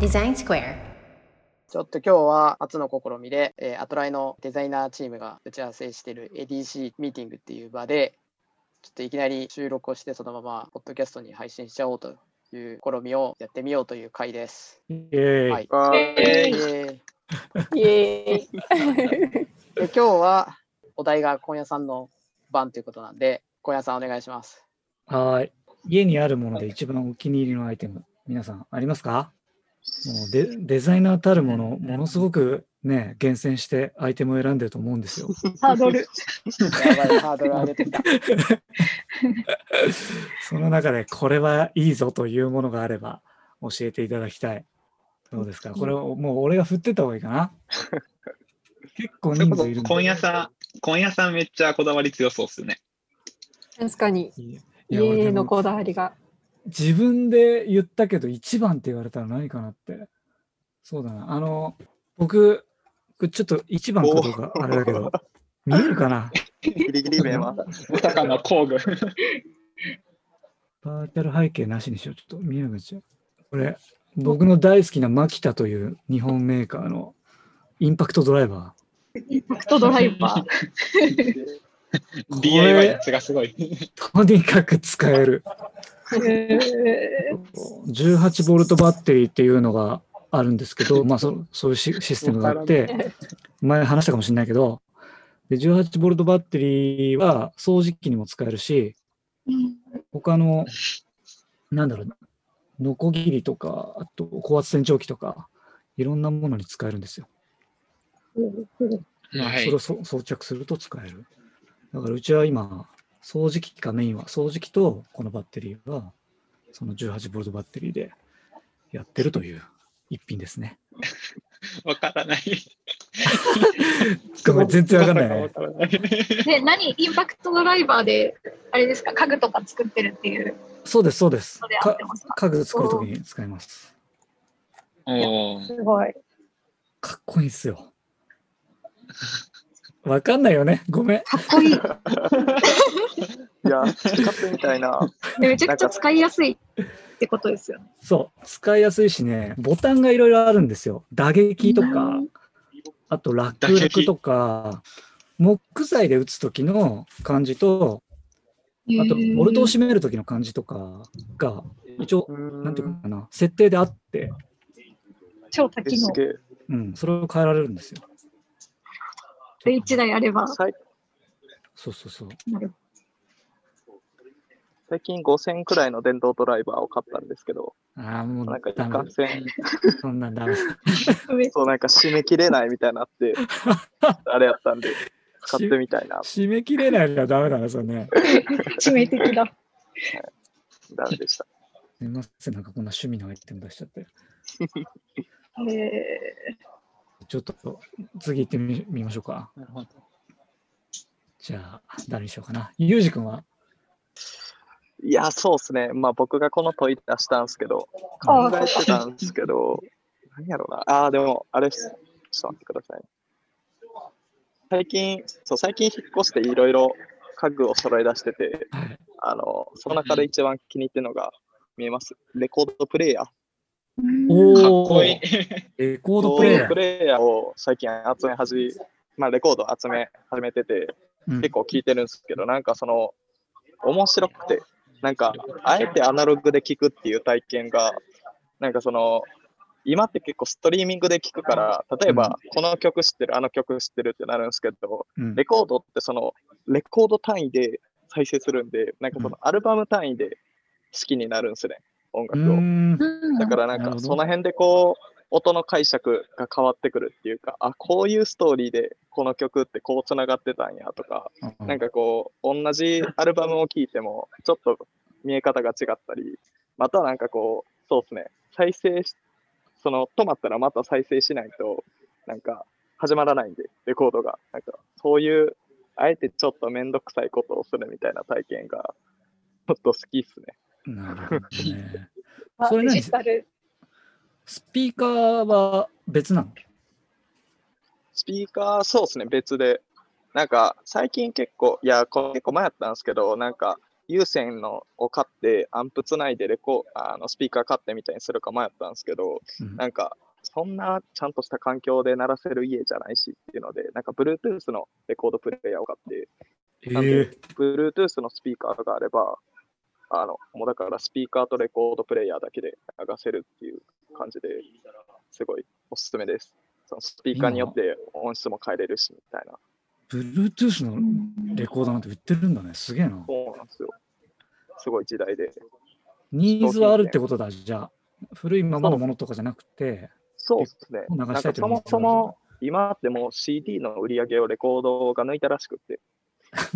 デザインスクエアちょっと今日は初の試みで、えーアトライのデザイナーチームが打ち合わせしている ADC ミーティングっていう場で、ちょっといきなり収録をしてそのままポッドキャストに配信しちゃおうという試みをやってみようという回です。イェーイ、はい。ええーイエーイ。で今日はお題が今夜さんの番ということなんで、今夜さんお願いします。はーい。家にあるもので一番お気に入りのアイテム、皆さんありますかもうデデザイナーたるもの、ものすごくね、厳選してアイテムを選んでると思うんですよ。ハードル。やばいハードル上げてきた。その中でこれはいいぞというものがあれば教えていただきたい。どうですかこれをもう俺が振ってた方がいいかな結構それ人こ数そいるんで今夜さん、今夜さんめっちゃこだわり強そうっすよね。確かに。いや俺家でのもこだわりが。自分で言ったけど一番って言われたら何かなってそうだなあの僕ちょっと一番かどうかあれだけど見えるかなギリギリ名は。豊かな工具。バーチャル背景なしにしようちょっと見えなくなっちゃうこれ僕の大好きなマキタという日本メーカーのインパクトドライバフクトドライバー。 これ DIY 値がすごい。ーとにかく使えるえ18ボルトバッテリーっていうのがあるんですけど、まあ、そそういうシシステムがあって、前話したかもしれないけど、で18ボルトバッテリーは掃除機にも使えるし、他の、なんだろうな、ノコギリとか、あと高圧洗浄機とか、いろんなものに使えるんですよ。まあ、はそいれをそ装着すると使える。だからうちは今、掃除機がメインは、掃除機とこのバッテリーは、その18ボルトバッテリーでやってるという一品ですね。わからない。ごめん全然わかんないねわからない。で何インパクトドライバーであれですか家具とか作ってるっていうそうです、そうですので。合っかてますか家具作るときに使います。おーすごい。かっこいいっすよ。わかんないよね。ごめん。かっこ いいいや、使ってみたいな。でめちゃくちゃ使いやすいってことですよねそう。使いやすいしね、ボタンがいろいろあるんですよ。打撃とか、あとラックラクとか、木材で打つ時の感じと、あとボルトを締める時の感じとかが、一応、なんていうかな、設定であって、超多機す能げえ。うん、それを変えられるんですよ。で1台あれば最そうそうそう。な る最近5000くらいの電動ドライバーを買ったんですけど、ああ、もうなんか一ダメ貫。線、そんなんダメ。そうなんか締め切れないみたいになって、 あれやったんで、使ってみたいな。締め切れないのはダメだな、それね。致命的 だ。ダメでした。すみません、なんかこんな趣味のアイテム出しちゃって。えちょっと次行ってみみましょうか。なるほどじゃあ、誰にしようかな。ゆうじくんはいや、そうですね。まあ僕がこの問い出したんですけど、考あえてたんですけど、何やろうな。ああー、でも、あれっす。ちょっと待ってください。最近、そう、最近引っ越していろいろ家具を揃え出してて、はい。あの、その中で一番気に入ってるのが見えます。レコードプレイヤー。おかっこいい。レコードレコプレイヤー。ードプレイヤーを最近集め始め、まあレコード集め始めてて、うん結構聞いてるんですけど、なんかその、面白くて、なんか、あえてアナログで聞くっていう体験が、なんかその、今って結構ストリーミングで聞くから、例えば、この曲知ってる、あの曲知ってるってなるんですけど、うんレコードってその、レコード単位で再生するんで、なんかその、アルバム単位で好きになるんですね、音う楽を。ーんだからななんるほかどその辺でこう音の解釈が変わってくるっていうかあこういうストーリーでこの曲ってこうつながってたんやとかなんかこう同じアルバムを聴いてもちょっと見え方が違ったりまたなんかこうそうですね再生しその止まったらまた再生しないとなんか始まらないんでレコードがなんかそういうあえてちょっと面倒くさいことをするみたいな体験がちょっと好きっすね。なるほどね。ーそれ何デジタル。スピーカーは別なのスピーカー、そうですね、別で。なんか、最近結構、いや、これ結構前やったんですけど、なんか、有線のを買って、アンプつないでレコ、あのスピーカー買ってみたいにするか迷ったんですけど、うんなんか、そんなちゃんとした環境で鳴らせる家じゃないしっていうので、なんか Bluetooth のレコードプレイヤーを買って、えなんでー Bluetooth のスピーカーがあれば、あの、もうだからスピーカーとレコードプレイヤーだけで流せるっていう感じで、すごいおすすめです。そのスピーカーによって音質も変えれるしみたいな。 Bluetooth のレコードなんて売ってるんだね。すげえな。そうなんですよ。すごい時代で。ニーズはあるってことだ、じゃあ。古いままのものとかじゃなくて、そうですね。流なんしたいかとそいうニもーズがあるそも今ってもう CD の売り上げをレコードが抜いたらしくって、あ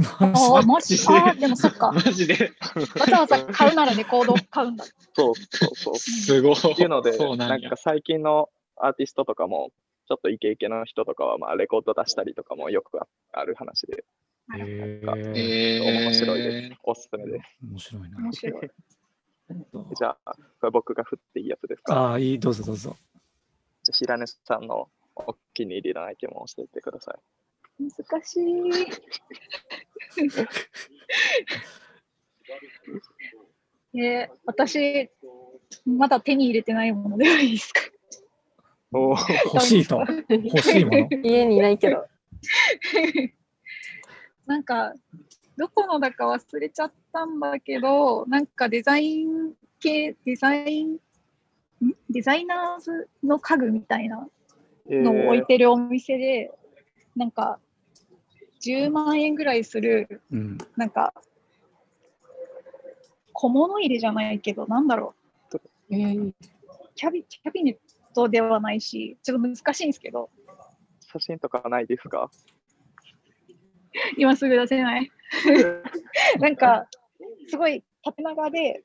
あ、 マジああ、でもそっ か。マジでわざわざ買うならレコードを買うんだ。そうそうそう。っすごい。ていうの で、そうななんんやか。最近のアーティストとかも、ちょっとイケイケの人とかはまあレコード出したりとかもよくあある話で、えー、えー、面白いです。おすすめです。面白いな。面白い。じゃあ、これ僕が振っていいやつですか。ああ、いい、どうぞどう ぞ。じゃあ白根さんのお気に入りのアイテムを教えてください。難しい。 えー、私、まだ手に入れてないものではいいですか。お欲しい と。欲しいもの。家にいないけど。なんか、どこのだか忘れちゃったんだけど、なんかデザイン系、デザイン、んデザイナーズの家具みたいなのを置いてるお店で、なんか、10万円ぐらいする、うん。なんか、小物入れじゃないけど、なんだろう、キャビキャビネットではないし、ちょっと難しいんですけど、写真とかないです か今すぐ出せない。なんか、すごい縦長で、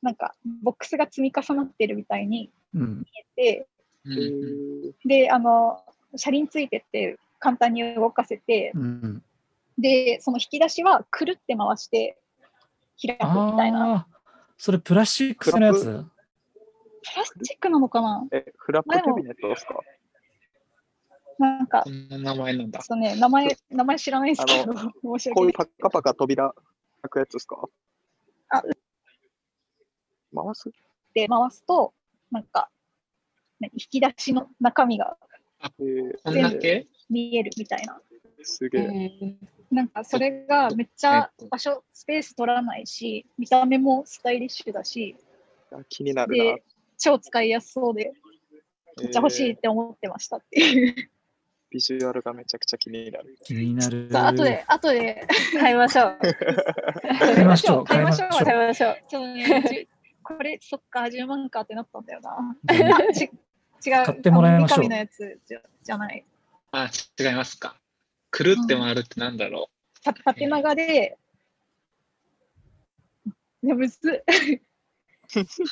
なんか、ボックスが積み重なってるみたいにうん。見えて、うんうんで、あの、車輪ついてって、簡単に動かせて、うん。で、その引き出しはくるって回して開くみたいな。ああ、それプラスチック製のやつプラスチックなのかなえ、フラップキャビネットです かなんかこ、んな名前なんだちょっ。とね、名前、名前知らないですけど、申しこ訳う。ないいうパッカパカ扉開くやつですかあ回すで、回すと、なんか、何引き出しの中身がえーこんだけ見えるみたいな。すげえ。なんか、それがめっちゃ場所、スペース取らないし、見た目もスタイリッシュだし、あ気になるな。で、超使いやすそうで、めっちゃ欲しいえっーて思ってましたっていう。ビジュアルがめちゃくちゃ気になる。気になる。あとで、あとで、買いましょう。買いましょう。 買いましょう買い買いましょう。ちょっとね、じゅこれ、そっか、10万かってなったんだよな。あち違う、買ってもらいましょうあの三上のやつじゃじゃない。あ、違いますか。くるって回るってなんだろた縦長で、いや、むずっ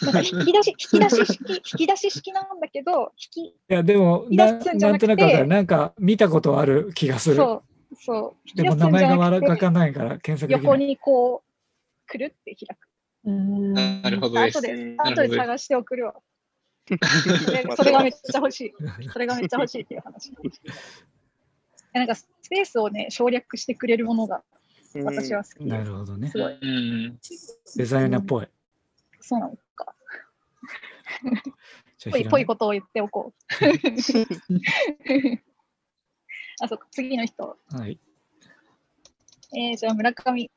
なんか引き出し、引き出し式、引き出し式なんだけど、引いや、で もな、引き出すんじゃななんくてとなくわかる。なんか見たことある気がする。き、そう、そう、引きで出もすんじゃ名前がなわくてらかんないから検索でき横ない。にこう、くるって開く。う。なるほどあですと。で、なあるとほどで探して 送るわ。で それがめっちゃ欲しい。それがめっちゃ欲しいってい う話。えなんかスペースをね、省略してくれるものが私は好きなでるほどねす。。ごい。うん。デザイナーっぽい。そうなのか。じゃぽあいぽいことを言っておこう。 あ、そっか、次の人。はい。えー、じゃあ村上。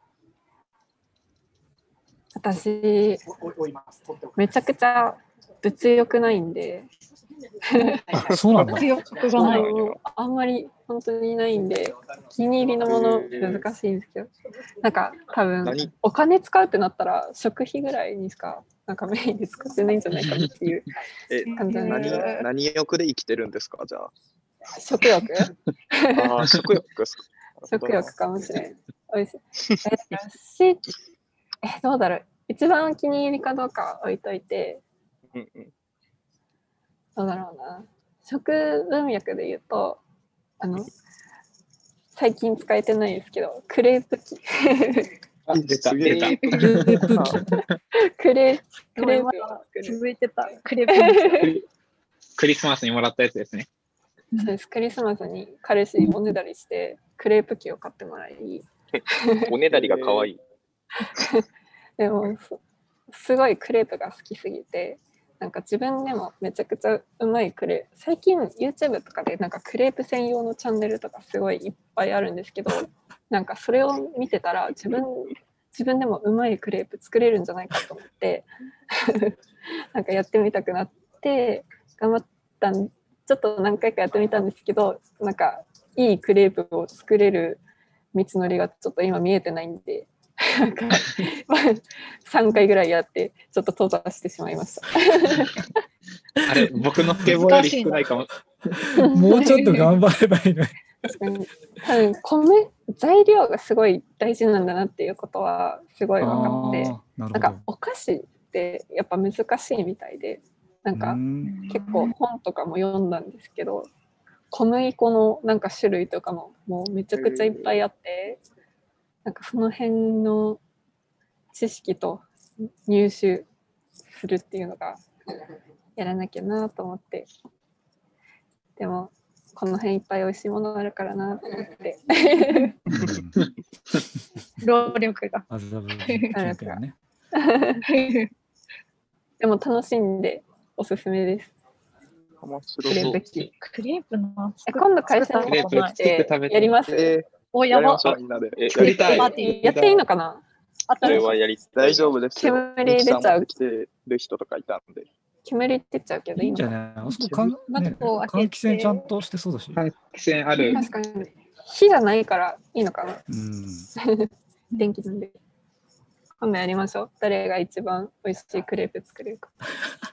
私、めちゃくちゃ物欲ないんで、あ、そう なんだ。強くじ ゃない。あんまり本当にないんで、気に入りのもの難しいんですけど、なんか多分、何お金使うってなったら、食費ぐらいにしか、なんかメインで使ってないんじゃないかなっていう え、感じなん何で、何欲で生きてるんですかじゃあ。食欲 あー食欲ですか食欲かもしれん。おいしい。え、だしえ、どうだろう。一番お気に入りかどうかは置いといて、うんうんどうだろうな。食文脈で言うと、あの、最近使えてないですけど、クレープ機。あ出た、すげえ出た。クレー プ機 クレープ、ククレレーーププがを作る。続いてた。クレークリスマスにもらったやつですね。そうです。クリスマスに彼氏におねだりして、クレープ機を買ってもらい、おねだりが可愛い。でもそすごいクレープが好きすぎてなんか自分でもめちゃくちゃうまいクレープ最近 YouTube とかでなんかクレープ専用のチャンネルとかすごいいっぱいあるんですけどなんかそれを見てたら自分自分でもうまいクレープ作れるんじゃないかと思って なんかやってみたくなって頑張ったんちょっと何回かやってみたんですけどなんかいいクレープを作れる道のりがちょっと今見えてないんで。なんか3回ぐらいやってちょっと閉ざしてしまいました。あれ、僕のスケボーより少ないかも。もうちょっと頑張れば いいのに。確かに多分米材料がすごい大事なんだなっていうことはすごい分かってあーなるなほんどかお菓子ってやっぱ難しいみたいでなんうかん結構本とかも読んだんですけど小麦粉のなんか種類とかももうめちゃくちゃいっぱいあってなんかその辺の知識と入手するっていうのがやらなきゃなと思ってでもこの辺いっぱい美味しいものあるからなと思って。労力が。麻布近辺ね。でも楽しんでおすすめです。面ク白レそーう。プ機。クレープのえ今度会社にクレープ持っ作ってて食べて。やります。えお、ー、ややりまばし。ょう、みんなで。えー、作りたいパーティー。やっていいのかなそれはやり、大丈夫ですよ。煙出ちゃうミキさんも来てる人とかいたんで。煙ってっちゃうけどいいんのじゃかないあそこかん、ねなんかこう当て換て気扇ちゃんとしてそうだし。換気扇ある。確かに。火じゃないからいいのかなうん。 電気なんで。今度やりましょう。誰が一番美味しいクレープ作れるか。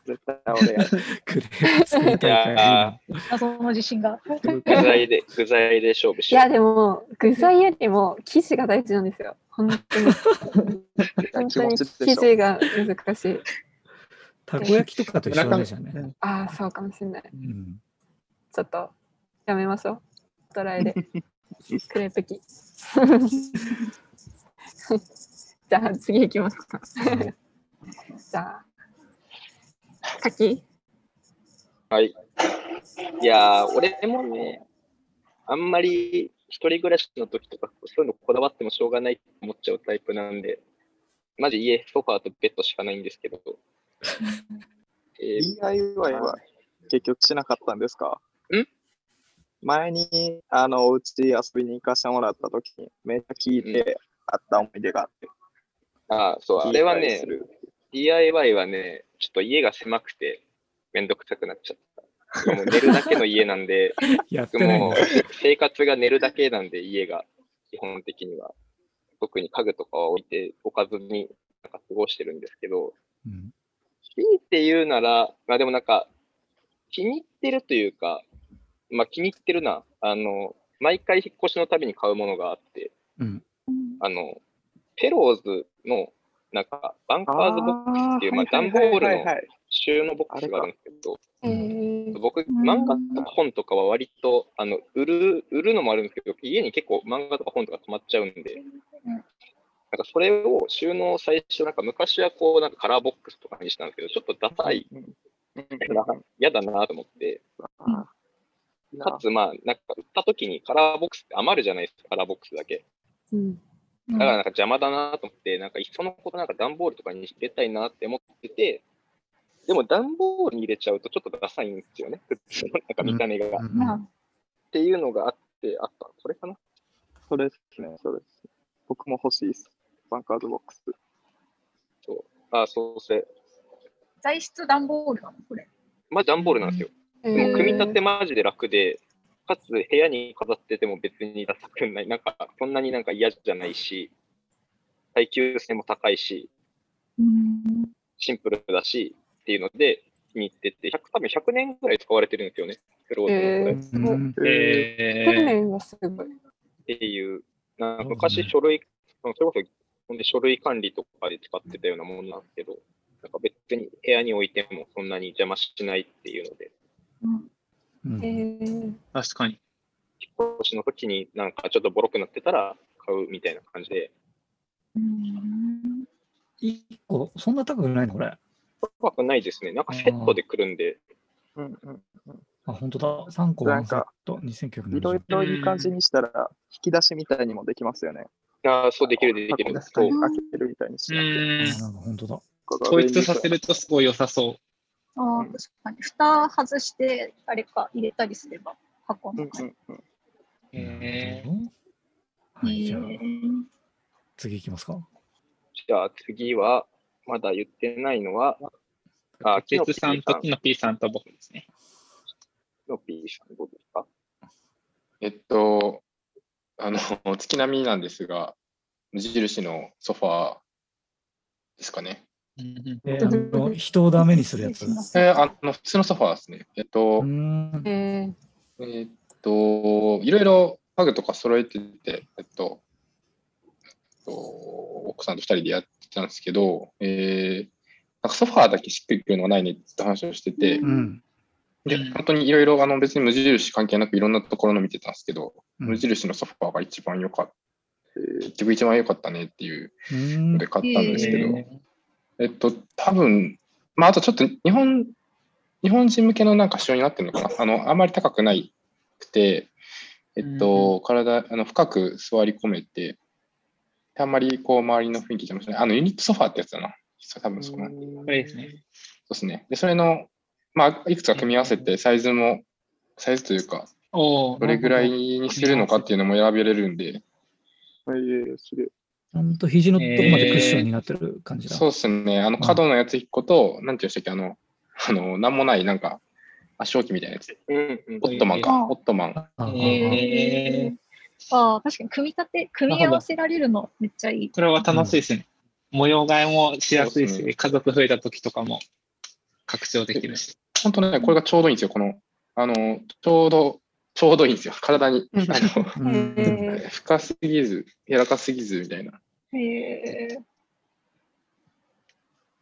絶対俺やる。クレープ作りたいからいいな。謎の自信が。具材で、具材で勝負いしよやでも具材よりも生地が大事なんですよ。本当に絶対本気当持にち生でしょ。地が難しい。たこ焼きとかと一緒なんですよね。ああそうかもしれない。うん。ちょっとやめましょう。ドライで。クレープ機。 じゃあ次行きますか。はいじゃあ、かき。う。はい。いやー、俺もね、あんまり一人暮らしの時とか、そういうのこだわってもしょうがないって思っちゃうタイプなんで、マジ家、ソファーとベッドしかないんですけど。えー DIY は結局しなかったんですかん前に、あの、うち遊びに行かせてもらった時に、めっちゃ聞いてあった思い出があって。あーそう、あれは聞いたりねす、る DIY はね、ちょっと家が狭くて、めんどくさくなっちゃった。もう寝るだけの家なんで、 やって僕ないんもだ。生活が寝るだけなんで、家が基本的には。特に家具とかは置いておかずになんか過ごしてるんですけど、うん強いて言うなら、まあでもなんか、気に入ってるというか、まあ気に入ってるな。あの、毎回引っ越しのたびに買うものがあって、うんあの、ペローズの、なんか、バンカーズボックスっていう、あーまあ段ボールの収納ボックスがあるんですけど、うえんー、僕、ん漫画とか本とかは割と、あの、売る、売るのもあるんですけど、家に結構漫画とか本とか溜まっちゃうんで、なんかそれを収納最初、なんか昔はこう、なんかカラーボックスとかにしたんですけど、ちょっとダサい、嫌だなと思って、かつ、まあ、なんか売った時にカラーボックスって余るじゃないですか、カラーボックスだけ。うん。だからなんか邪魔だなと思って、なんかいっそのことなんか段ボールとかに入れたいなって思ってて、でも段ボールに入れちゃうとちょっとダサいんですよね、普通のなんか見た目が。うっんていうのがあって、あった。これかなそれですね、それですね。僕も欲しいです。バンカーズボックス。あー、そうせ。材質段ボールなのこれ。まあ段ボールなんですよ。えでも組み立ても。マジで楽で、かつ部屋に飾ってても別にダサくない。なんか、そんなになんか嫌じゃないし、耐久性も高いし、うん。シンプルだしっていうので気に入ってて、100多分100年ぐらい使われてるんですよね、クローズのえー、すごい。え訓え練がすごい。っていう、なんかそう昔ね書類、それこそほんで書類管理とかで使ってたようなものなんですけど、なんか別に部屋に置いてもそんなに邪魔しないっていうので、うんえー、確かに。引っ越しの時になんかちょっとボロくなってたら買うみたいな感じで、一個、そんな高くないのこれ。あ、怖くないですね。なんかセットで来るんで、うんうん本当だ。3個なワんンセッかト、2970いろいろいい感じにしたら、引き出しみたいにもできますよね。ああ、そうできるでき箱る。でそ蓋う。開けるみたいにしうなくてあなーん。んか本当だ。ここが統便利一そうさせるとすごい良さそああ、確かに。蓋外して、あれか、入れたりすれば、箱うのん中うに。んうん。う。へなるほどはい、じゃあえー次いきますか。じゃあ次は、まだ言ってないのは、あ、キケノピーツささんんとキノピーさんと僕ですね。の P さんどうですかえっと、あの、 月並みなんですが、無印のソファーですかね。えあの人をダメにするやつ。失礼しますえーあの、普通のソファーですね。えっうーと、ん。ええっと、いろいろ家具とか揃えてて、えっと、えっと奥さんと二人でやってたんですけど、えーなんかソファーだけしっくりくるのがないねって話をしててう、ん。でうん本当にいろいろ、あの、別に無印関係なくいろんなところの見てたんですけど、うん無印のソファーが一番良かった。結局一番良かったねっていううのんで買ったんですけど、へえっと、多分まあ、あとちょっと日本、日本人向けのなんか仕様になってるのかな。あの、あんまり高くないくて、えっうんと、体、あの、深く座り込めて、あんまりこう、周りの雰囲気邪魔しない。あの、ユニットソファーってやつだな。そう多分そうなんこれですね。そうですね。で、それの、まあ、いくつか組み合わせて、サイズも、サイズというか、おお。どれぐらいにするのかっていうのも選べれるんで、えーすげえちゃんと肘のとこまでクッションになってる感じだ。そうですね。あの、角のやつ1個と、なんていうんでしたっけ、あの、あの、なんもない、なんか、足置きみたいなやつ。うんうんオットマンあか、あオットマン。ああへーああ、確かに、組み立て、組み合わせられるの、めっちゃいい。これは楽しいですね。模様替えもしやすいそし、うですね家族増えた時とかも拡張できるし。本当ね、これがちょうどいいんですよ、この、あの、ちょうど、ちょうどいいんですよ、体に。あうんの、うん Mm. え深すぎず、柔らかすぎずみたいな。えー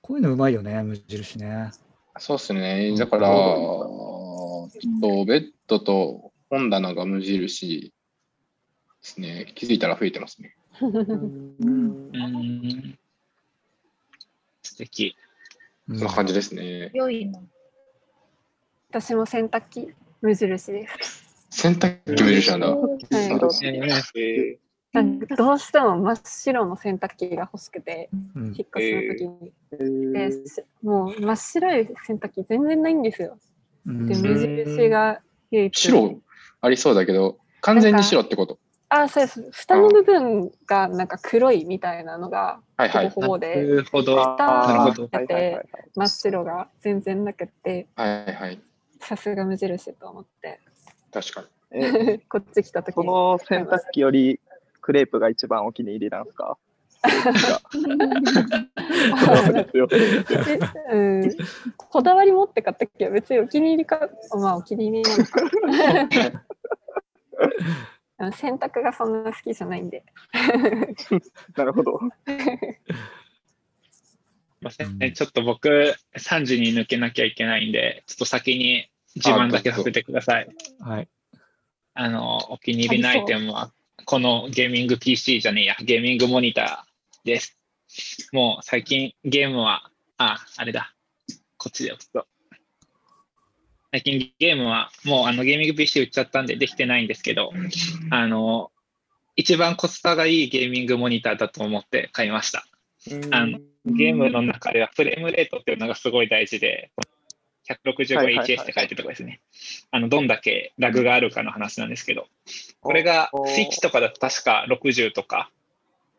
こういうのうまいよね、無印ね。そうですね、だから、ちょっと、ベッドと本棚が無印ですね、気づいたら増えてますね。うん。素敵。うんそんな感じですね。良いな。私も洗濯機無印です。洗濯機無印なんだ。はいそうですえねーえなんかどうしても真っ白の洗濯機が欲しくて、うん引っ越しの時に。えでーしもう真っ白い洗濯機全然ないんですよ。うんで、無印が唯一。白ありそうだけど、完全に白ってこと。あ、そうです。蓋の部分がなんか黒いみたいなのがはいほはぼい。ほぼなで、るほど。あなーるほどはいはいはいはい真っ白が全然なくって、はいはい。さすが無印と思って、 確かに。えこっち来た時そに。の洗濯機よりクレープが一番お気に入りなんですか そうですよ。えうん、こだわり持って買ったけど別にお気に入りかまあお気に入りなのかあの 洗濯がそんな好きじゃないんでなるほど。すいませんねちょっと僕、3時に抜けなきゃいけないんで、ちょっと先に自慢だけさせてください。はい。あの、お気に入りのアイテムは、このゲーミング PC じゃねえや、ゲーミングモニターです。もう最近ゲームは、あ、あれだ。こっちで押すと。最近ゲームは、もうあのゲーミング PC 売っちゃったんでできてないんですけど、あの、一番コスパがいいゲーミングモニターだと思って買いました。あのゲームの中ではフレームレートっていうのがすごい大事で、はいはいはい 165hs って書いてるとこですね。あの、どんだけラグがあるかの話なんですけど、これがおースイッチとかだと確か60とか、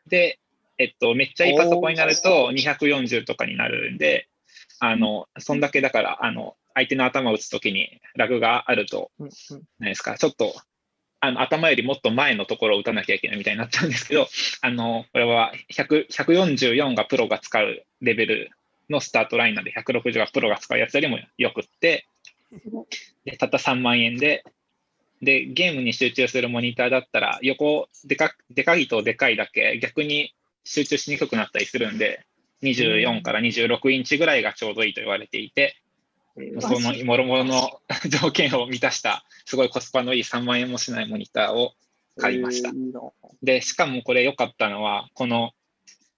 で、えっと、めっちゃいいパソコンになると240とかになるんで、あの、そんだけだから、あの、相手の頭を打つときにラグがあると、うんうんなんですか、ちょっと、あの頭よりもっと前のところを打たなきゃいけないみたいになっちゃうんですけど、あのこれは100 144がプロが使うレベルのスタートラインなんで、160がプロが使うやつよりもよくって、でたった3万円で、で、ゲームに集中するモニターだったら、横でか、でかいとでかいだけ、逆に集中しにくくなったりするんで、24から26インチぐらいがちょうどいいと言われていて、そのもろもろの 条件を満たした、すごいコスパのいい3万円もしないモニターを買いましたえーいいなで、しかもこれ良かったのは、この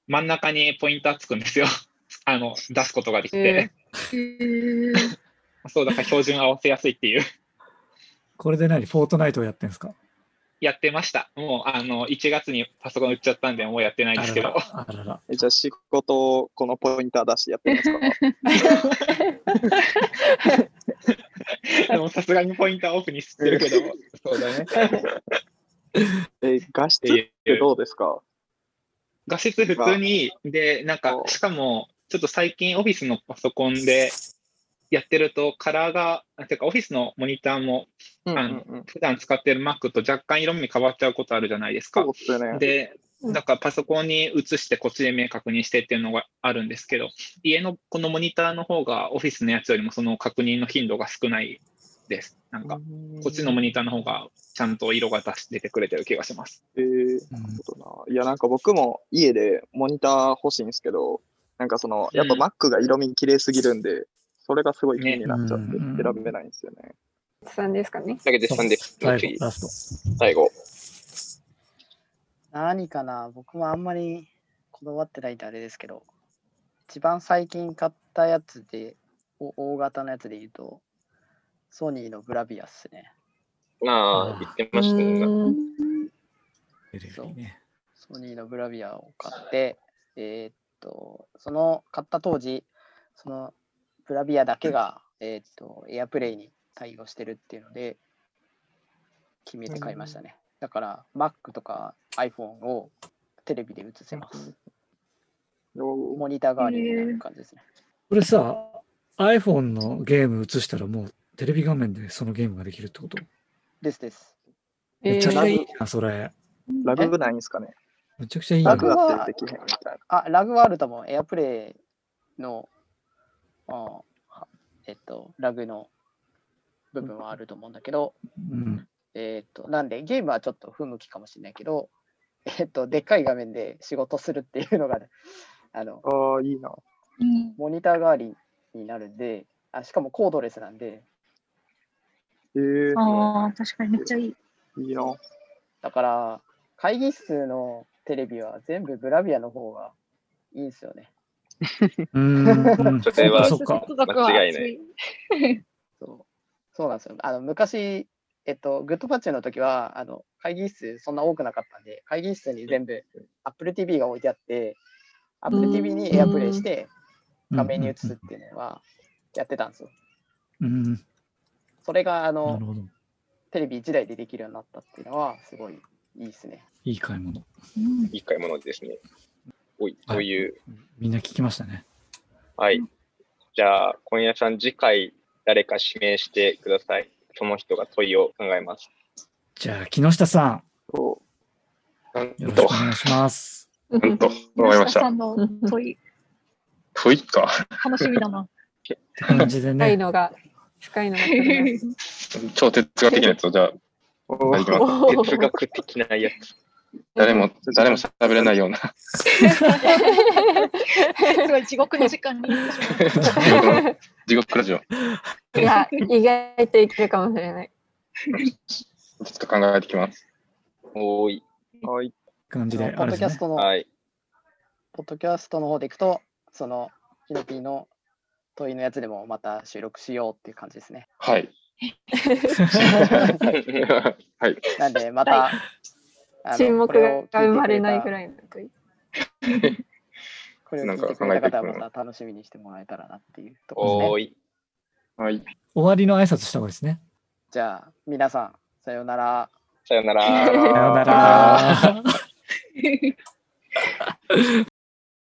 真ん中にポインターつくんですよ。 あの、出すことができて。 そう、だから標準合わせやすいっていう。 これで何フォートナイトをやってんすかやってました。もうあの1月にパソコン売っちゃったんで、もうやってないんですけど。あらら。えじゃあ仕事をこのポインター出してやってますか でもさすがにポインターオフに吸ってるけど、そうだね。え画質ってどうですか画質普通にいいで、なんか、しかも、ちょっと最近オフィスのパソコンでやってると、カラーが、てかオフィスのモニターも、うあんうんの普段使ってる Mac と若干色味変わっちゃうことあるじゃないですかそう。ですよね。で、だからパソコンに移して、こっちで目確認してっていうのがあるんですけど、家のこのモニターの方が、オフィスのやつよりもその確認の頻度が少ないです。なんか、こっちのモニターの方が、ちゃんと色が出し出てくれてる気がします。えー、ことな。いや、なんか僕も家でモニター欲しいんですけど、なんかその、やっぱうん Mac が色味綺麗すぎるんで、それがすごい気になっちゃっねてうん選べないんですよね。さんですかね。だけで3で最後次、、ラス最後。何かな僕もあんまりこだわってないんであれですけど、一番最近買ったやつで、お大型のやつで言うと、ソニーのブラビアっすね。まあ、言ってましたね。そうソニーのブラビアを買って、えーっと、その買った当時、そのブラビアだけが、えーっと、エアプレイに対応してるっていうので、決めて買いましたね。だから、Mac とか iPhone をテレビで映せます。モニター代わりになる感じですね。これさ、iPhone のゲーム映したらもうテレビ画面でそのゲームができるってことですです。めちゃくちゃいえいーな、それ。ラグないんですかねめちゃくちゃいいな。ラグがあってできへんみたいあ、ラグワールドもエアプレイの、あはえっと、ラグの部分はあると思うんだけど、うん。えっと、なんでゲームはちょっと不向きかもしれないけど、えっと、でっかい画面で仕事するっていうのが、ね、 あの、な。ああ、いいな。モニター代わりになるんで、あしかもコードレスなんで、えー、ああ、確かにめっちゃいい。いいな。だから会議室のテレビは全部ブラビアの方がいいんですよね。うーん。それはそっかそっか。間違いない。そうなんですよ。あの昔、えっと、グッドパッチの時はあの会議室そんな多くなかったんで、会議室に全部 Apple TV が置いてあって、Apple TV に AirPlay して画面に映すっていうのはやってたんですよ。うん。なそれがあのるほど。テレビ1台でできるようになったっていうのはすごいいいですね。いい買い物。いい買い物ですね。おい、という。みんな聞きましたね。はい。じゃあ、今夜さん、次回、誰か指名してください。その人が問いを考えます。じゃあ、木下さなんん、よろしくとお、願いします。なんと、わかりましさた。んの問い、問いか。楽しみ だな。 って感じで深いね、のが、深いのが来るやつ。超哲学的なやつを、じゃあ、おやります哲学的なやつ。誰も、誰も喋れないような。 すごい地獄の時間に。地獄の地獄ラジオ。 いや、意外といけるかもしれない。ちょっと考えてきます。おーい。はい。感じで、ポあッれでドキャスすね。トのはい。ポッドキャストの方でいくと、その、ヒノピーの問いのやつでもまた収録しようっていう感じですね。 はい。 はい。なんで、また、あの沈こ黙れを聞いてくれたが生まれないぐらいの問い。これを聞いてくれた方はまた楽しみにしてもらえたらなっていうところですおね。はーい。い。終わりの挨拶した方がいいですね。じゃあ、皆さん、さようなら。さよなら。さようなら。